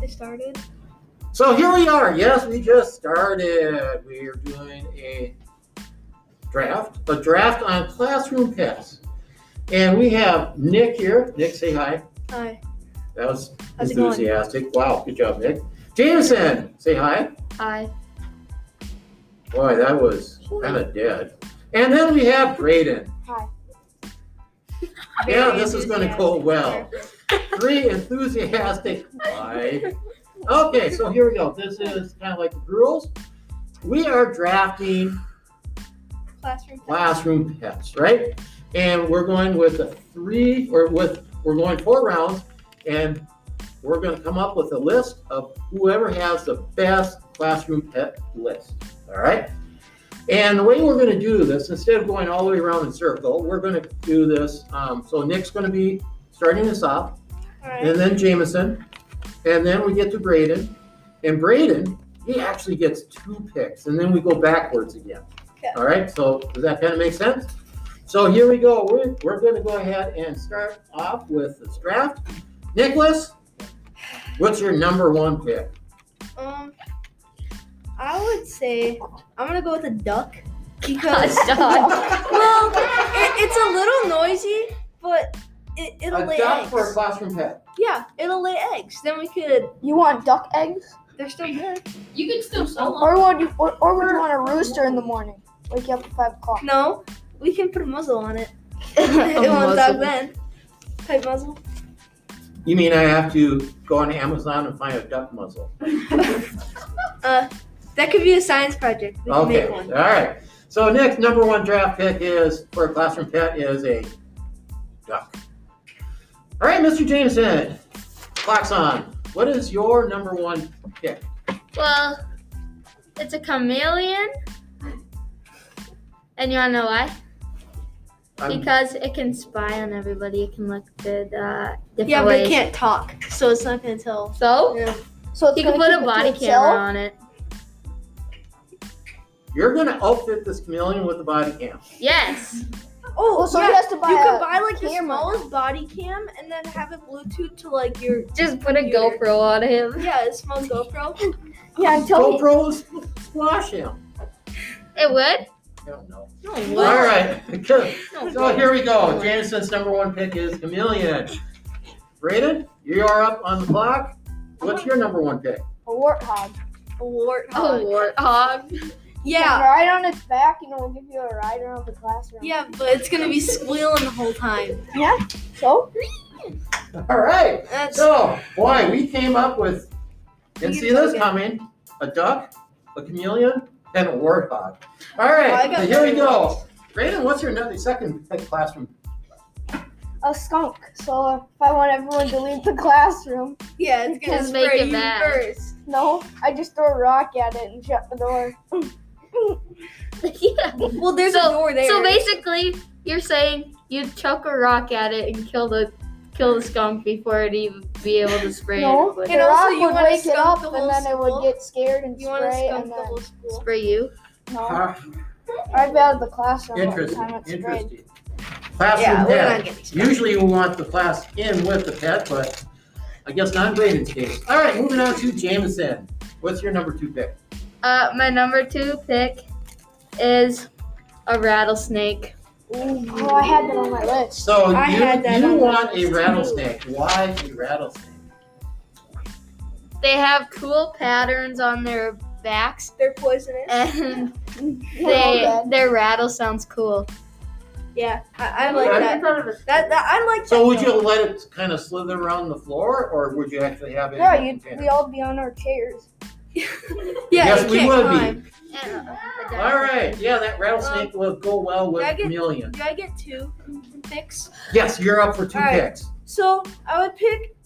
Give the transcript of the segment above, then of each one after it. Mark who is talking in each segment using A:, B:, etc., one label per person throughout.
A: I started.
B: So here we are. Yes, we just started. We are doing a draft, a draft on Classroom Pass. And we have Nick here. Nick, say hi.
A: Hi.
B: That was
A: How's it going?
B: enthusiastic. Wow, good job, Nick. Jameson, say hi.
A: Hi.
B: Boy, that was kind of dead. And then we have Braden. Yeah, this is gonna go well. Three enthusiastic. Hi. Okay, so here we go. This is kind of like the rules. We are drafting
A: Classroom.
B: classroom pets, right? And we're going with a three or with we're going four rounds, and we're going to come up with a list of whoever has the best classroom pet list. All right. And the way we're going to do this, instead of going all the way around in circle, we're going to do this. Um, so Nick's going to be starting us off
A: All right.
B: and then Jameson, and then we get to Braden, and Braden he actually gets two picks, and then we go backwards again.
A: Okay.
B: All right, so does that kind of make sense? So here we go. We're, we're going to go ahead and start off with this draft. Nicholas, what's your number one pick?
A: Um, I would say I'm gonna go with a duck because
C: A duck.
A: well, it, it's a little noisy, but it, it'll lay eggs.
B: classroom pet.
A: yeah, it'll lay eggs. Then we could.
D: You want duck eggs,
A: They're still good.
C: You can still sell them.
D: or would you, or, or would you want a rooster in the morning? Wake you up at five o'clock.
A: No, we can put a muzzle on it. it won't dog
C: muzzle.
A: then. Type muzzle.
B: You mean I have to go on Amazon and find a duck muzzle?
A: That could be a science project. We can
B: Okay,
A: make
B: all
A: one.
B: right. So Nick's number one draft pick is for a classroom pet is a duck. All right, Mr. Jameson, clock's on. What is your number one?
C: Well, it's a chameleon. And you wanna know why?
B: I'm-
C: Because it can spy on everybody. It can look good uh, different
A: Yeah, but
C: ways.
A: it can't talk, so it's not gonna tell.
B: Oh.
C: So
A: Yeah.
D: So it's
C: you can
D: gonna
C: put
D: keep
C: a
D: it to
C: body
D: itself?
C: camera on it.
B: You're gonna outfit this chameleon with a body cam.
C: Yes.
A: Oh,
D: Well, so he has to buy
A: you
D: a
A: can buy like the
D: camera.
A: smallest body cam and then have it Bluetooth to like your
C: Just put a
A: Computer.
C: GoPro on him.
A: yeah, a small GoPro.
D: Yeah, until he,
B: GoPro will sp- squash him.
C: It
B: I
C: would.
B: don't know.
C: No,
B: All
C: what?
B: right. Good.
C: No,
B: So here we go. Jameson's number one pick is chameleon. Braden, you are up on the clock. What's your number one pick?
D: a warthog.
A: A warthog.
C: Oh, warthog.
A: Yeah,
D: Ride on its back, and it will give you a ride around the classroom.
A: yeah, but it's gonna be squealing the whole time.
D: So
B: All right.
A: That's
B: So, boy, we came up with, didn't
A: You
B: see this
A: took it.
B: coming, a duck, a chameleon, and a warthog. All
A: I
B: right,
A: got
B: so here we
A: three
B: go. Brandon, what's your another second classroom?
D: a skunk. So if I want everyone to leave the classroom,
A: yeah, it's gonna
C: Just
A: spray
C: make it
A: you
C: mad.
A: first.
D: no, I just throw a rock at it and shut the door.
C: yeah.
A: Well, there's a door there.
C: So basically, you're saying you'd chuck a rock at it and kill the kill the skunk before it even be able to spray
D: No.
C: anybody.
D: The
A: And also
D: rock
A: you
D: would
A: wanna
D: wake it
A: skunk
D: up,
A: the whole
D: and then it
A: school?
D: would get scared and
A: you want to
D: spray,
A: skunk
D: and
A: the
D: then
A: whole school.
C: Spray you.
A: Oh,
D: no,
B: Ah,
D: I'd be out of the classroom by the time
B: Interesting,
D: it's sprayed.
B: interesting. Classroom
A: we're not
B: pet.
A: getting sprayed.
B: Usually we want the class in with the pet, but I guess not in Brandon's case. All right, moving on to Jameson. What's your number two pick?
C: Uh, my number two pick is a rattlesnake.
D: Oh, I had that on my list.
B: So
A: I had that
B: you,
A: on
B: you
A: my
B: want a
A: list, too.
B: rattlesnake. Why a rattlesnake?
C: They have cool patterns on their backs,
A: They're poisonous.
C: and
D: You're all
C: they
D: dead.
C: their rattle sounds cool.
A: yeah, I, I like that.
B: I've
A: That, that I like.
B: So
A: that
B: would
A: though.
B: you let it kind of slither around the floor, or would you actually have it? in
D: Yeah,
B: a
D: you'd,
B: container?
D: we all be on our chairs.
A: Yeah,
B: Yes,
A: you
B: we
A: can't
B: would be.
A: climb.
C: And, uh, the
B: All right, yeah, that rattlesnake will go well with
A: I get-
B: chameleon.
A: Do I get two picks?
B: Yes, you're up for two
A: All right.
B: picks.
A: So I would pick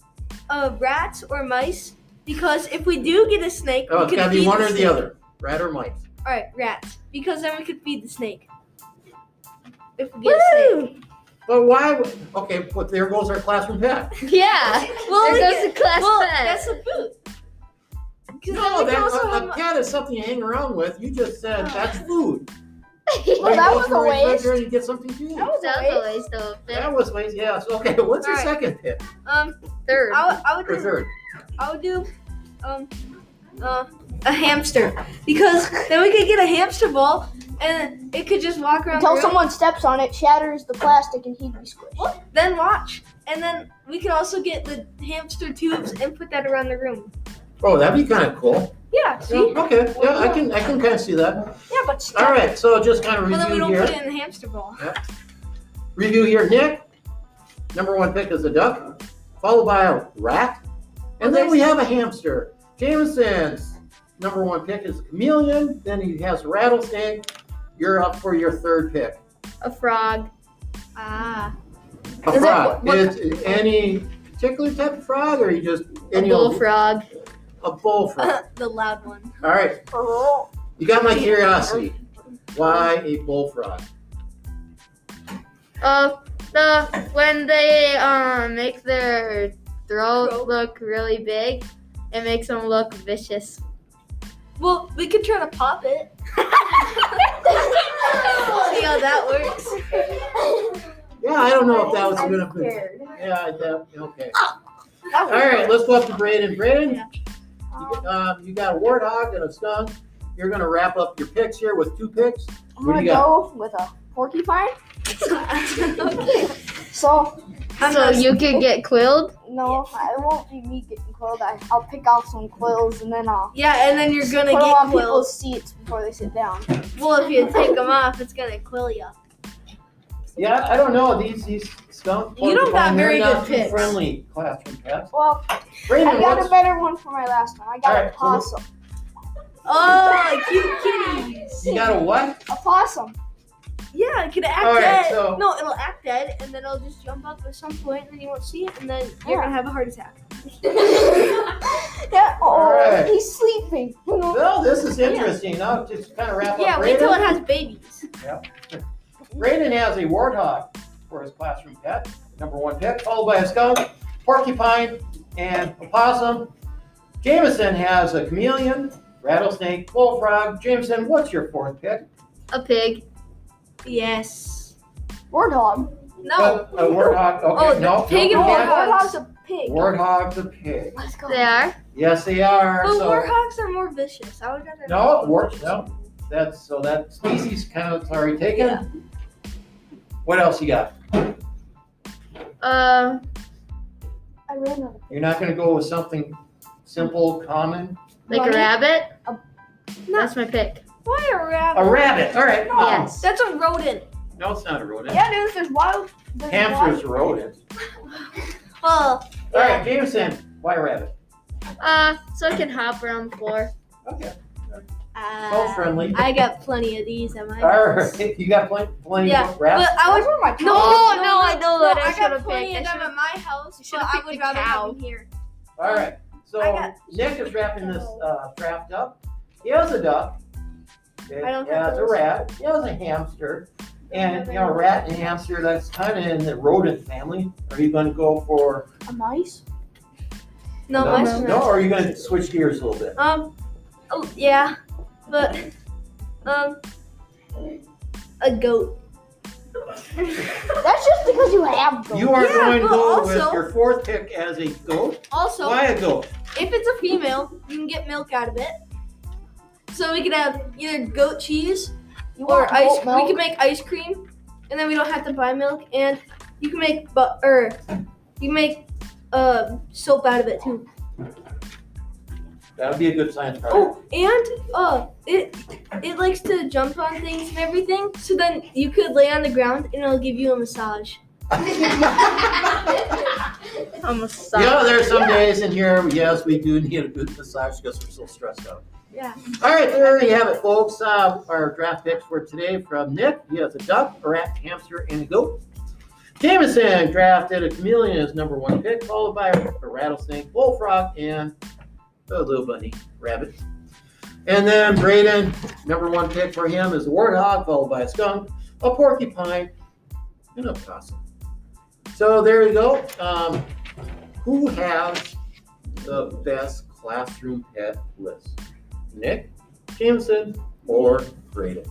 A: uh, rats or mice because if we do get a snake,
B: Oh,
A: we
B: it's
A: could
B: gotta be
A: feed
B: one or the
A: snake.
B: other, rat or mice.
A: All right, rats because then we could feed the snake. If we get a snake,
B: But why? would- Okay, but there goes our classroom pet.
C: Yeah.
A: well,
C: There
A: we
C: goes
A: get-
C: the class
A: well,
C: pet.
A: that's the food. 'Cause then
B: No,
A: we
B: Oh, that
A: can also
B: a,
A: have
B: a pet is something you hang around with. You just said that's food.
D: Well,
B: You
D: that
B: go
D: was
B: to the
D: a waste.
B: refrigerator And get something to
D: That
B: eat.
D: was
C: That
D: a
C: was
D: waste.
C: a waste of
B: That
C: it.
B: was ways. Yeah. So okay, what's your
A: All right.
B: second pick
A: um.
C: Third.
A: I, would- I would
B: or
A: do
B: third?
A: I would do um, uh, a hamster because then we could get a hamster ball and it could just walk around.
D: Until
A: the room.
D: someone steps on it, shatters the plastic, and he'd be squished.
A: Then watch, and then we could also get the hamster tubes and put that around the room.
B: Oh, that'd be kind of cool.
A: Yeah,
B: Yeah,
A: see.
B: okay, yeah, I can, I can kind of see that.
A: Yeah, but still.
B: All right, so just kind of
A: Well, then we
B: review
A: don't
B: here.
A: put it in the hamster ball.
B: Review here, Nick. Number one pick is a duck, followed by a rat, and then we have a hamster. Jameson's number one pick is a chameleon. Then he has a rattlesnake. You're up for your third pick.
C: A frog.
A: Ah,
B: A
A: Is it-
B: frog.
A: what-
B: It's any particular type of frog, or you just
C: A
B: any old-
C: bullfrog.
B: A bullfrog.
A: the loud one.
B: All right, you got my curiosity. Why a bullfrog?
C: Uh, the when they um make their throat look really big, it makes them look vicious.
A: Well, we could try to pop it. See how that works.
B: Yeah, I don't know if that was
D: I'm
B: gonna. be-
D: scared.
B: Yeah, that, okay. All right, let's go up to Braden. Braden, You,
D: Um,
B: um, you got a warthog and a skunk. You're gonna wrap up your picks here with two picks. What do
D: I'm gonna
B: you got?
D: go with a porcupine. So
C: So you could get quilled.
D: no, I won't be me getting quilled. I, I'll pick out some quills and then I'll
A: Yeah, and then you're
D: put
A: gonna
D: them
A: get
D: on
A: quills.
D: people's seats before they sit down.
A: Well, if you take them off, it's gonna quill you.
B: Yeah, I don't know these these skunk.
A: You don't got
B: porcupine,
A: very
B: they're
A: good
B: not too
A: picks.
B: Friendly classroom cats.
D: Well,
B: Braden,
D: I got a
B: what's,
D: better one for my last one. I got
B: All
D: a
B: right, so what-
D: possum.
A: Oh, cute kitties.
B: you got a what?
D: A possum.
A: Yeah, it could act
B: All right,
A: dead.
B: so-
A: No, it'll act dead, and then it'll just jump up at some point, and then you won't see it, and then you're
D: Yeah.
A: gonna have a heart attack.
D: Yeah. Oh,
B: right.
D: he's sleeping.
B: Well, this is interesting. I'll just kind of wrap
A: Yeah,
B: up.
A: wait
B: Braden.
A: till it has babies.
B: Braden has a warthog for his classroom pet, number one pet, followed by a skunk, porcupine, and a possum. Jameson has a chameleon, rattlesnake, bullfrog. Jameson, what's your fourth pick?
C: A pig.
A: Yes.
D: Warthog.
A: No.
B: A warthog. Okay,
A: Oh, the
B: no,
A: pig
B: no,
A: and
B: no,
A: warthog.
B: no.
D: Warthog's a pig.
B: Warthog the pig.
D: Let's go.
C: They are.
B: Yes, they are.
A: But
B: so
A: warthogs are more vicious. I would rather.
B: no, war. No, that's so that species kind of already taken. What else you got?
C: Uh,
D: I ran out of
B: You're not going to go with something simple, common.
C: like a
D: Bunny?
C: rabbit.
D: A-
C: That's my pick.
A: Why a rabbit?
B: A rabbit. All right.
D: No.
C: Yes.
A: That's a rodent.
B: No, it's not a rodent.
D: Yeah, dude, there's wild. There's wild.
B: Hamster's a rodent.
A: Well,
B: All right, Jameson. Why rabbit?
C: Uh, so it can hop around the floor.
B: Okay. So
A: uh,
B: friendly.
A: I got plenty of these at my
B: All
A: house.
B: right. You got plenty, plenty
A: Yeah,
B: of
A: but
B: rabbits.
A: I would.
D: Those were my
C: No,
D: choices.
C: no, I know
A: no,
C: what I
A: I
C: should've
A: got plenty
C: picked.
A: of
C: I
A: them at my house,
C: I
A: but
C: should've
A: I
C: picked
A: would
C: a
A: rather
C: cow.
A: have them here.
B: All right. So
A: I got-
B: Nick is wrapping this uh, draft up. He has a duck.
A: I don't
B: He
A: have
B: has a
A: those.
B: rat. He has a hamster. And
A: have
B: you know,
A: any.
B: rat and hamster, that's kind of in the rodent family. Are you going to go for
D: A mice?
A: No,
B: no,
A: my
C: mine's
B: no, or are you going to switch gears a little bit?
A: Um, oh, yeah, but um, a goat.
D: That's just because you have them.
B: You are
A: Yeah,
B: going to
A: but
B: go with
A: also-
B: your fourth pick as a goat.
A: Also,
B: Why a goat?
A: if it's a female, you can get milk out of it. So we could have either goat cheese
D: You
A: or
D: want
A: ice.
D: goat milk?
A: We can make ice cream, and then we don't have to buy milk. And you can make but or you can make uh soap out of it too.
B: That would be a good science project.
A: Oh, and uh, it it likes to jump on things and everything. So then you could lay on the ground and it'll give you a massage.
C: I'm a
B: You
C: sock.
B: know, there's some days in here, yes, we do need a good massage because we're so stressed out.
A: Yeah.
B: All right, there you have it, folks. Uh, our draft picks for today from Nick. He has a duck, a rat, hamster, and a goat. Jameson drafted a chameleon as number one pick, followed by a rattlesnake, bullfrog, and a little bunny, rabbit. And then Braden, number one pick for him is a warthog, followed by a skunk, a porcupine, and a possum. So there you go. Um, who has the best classroom pet list? Nick, Jameson, or Braden?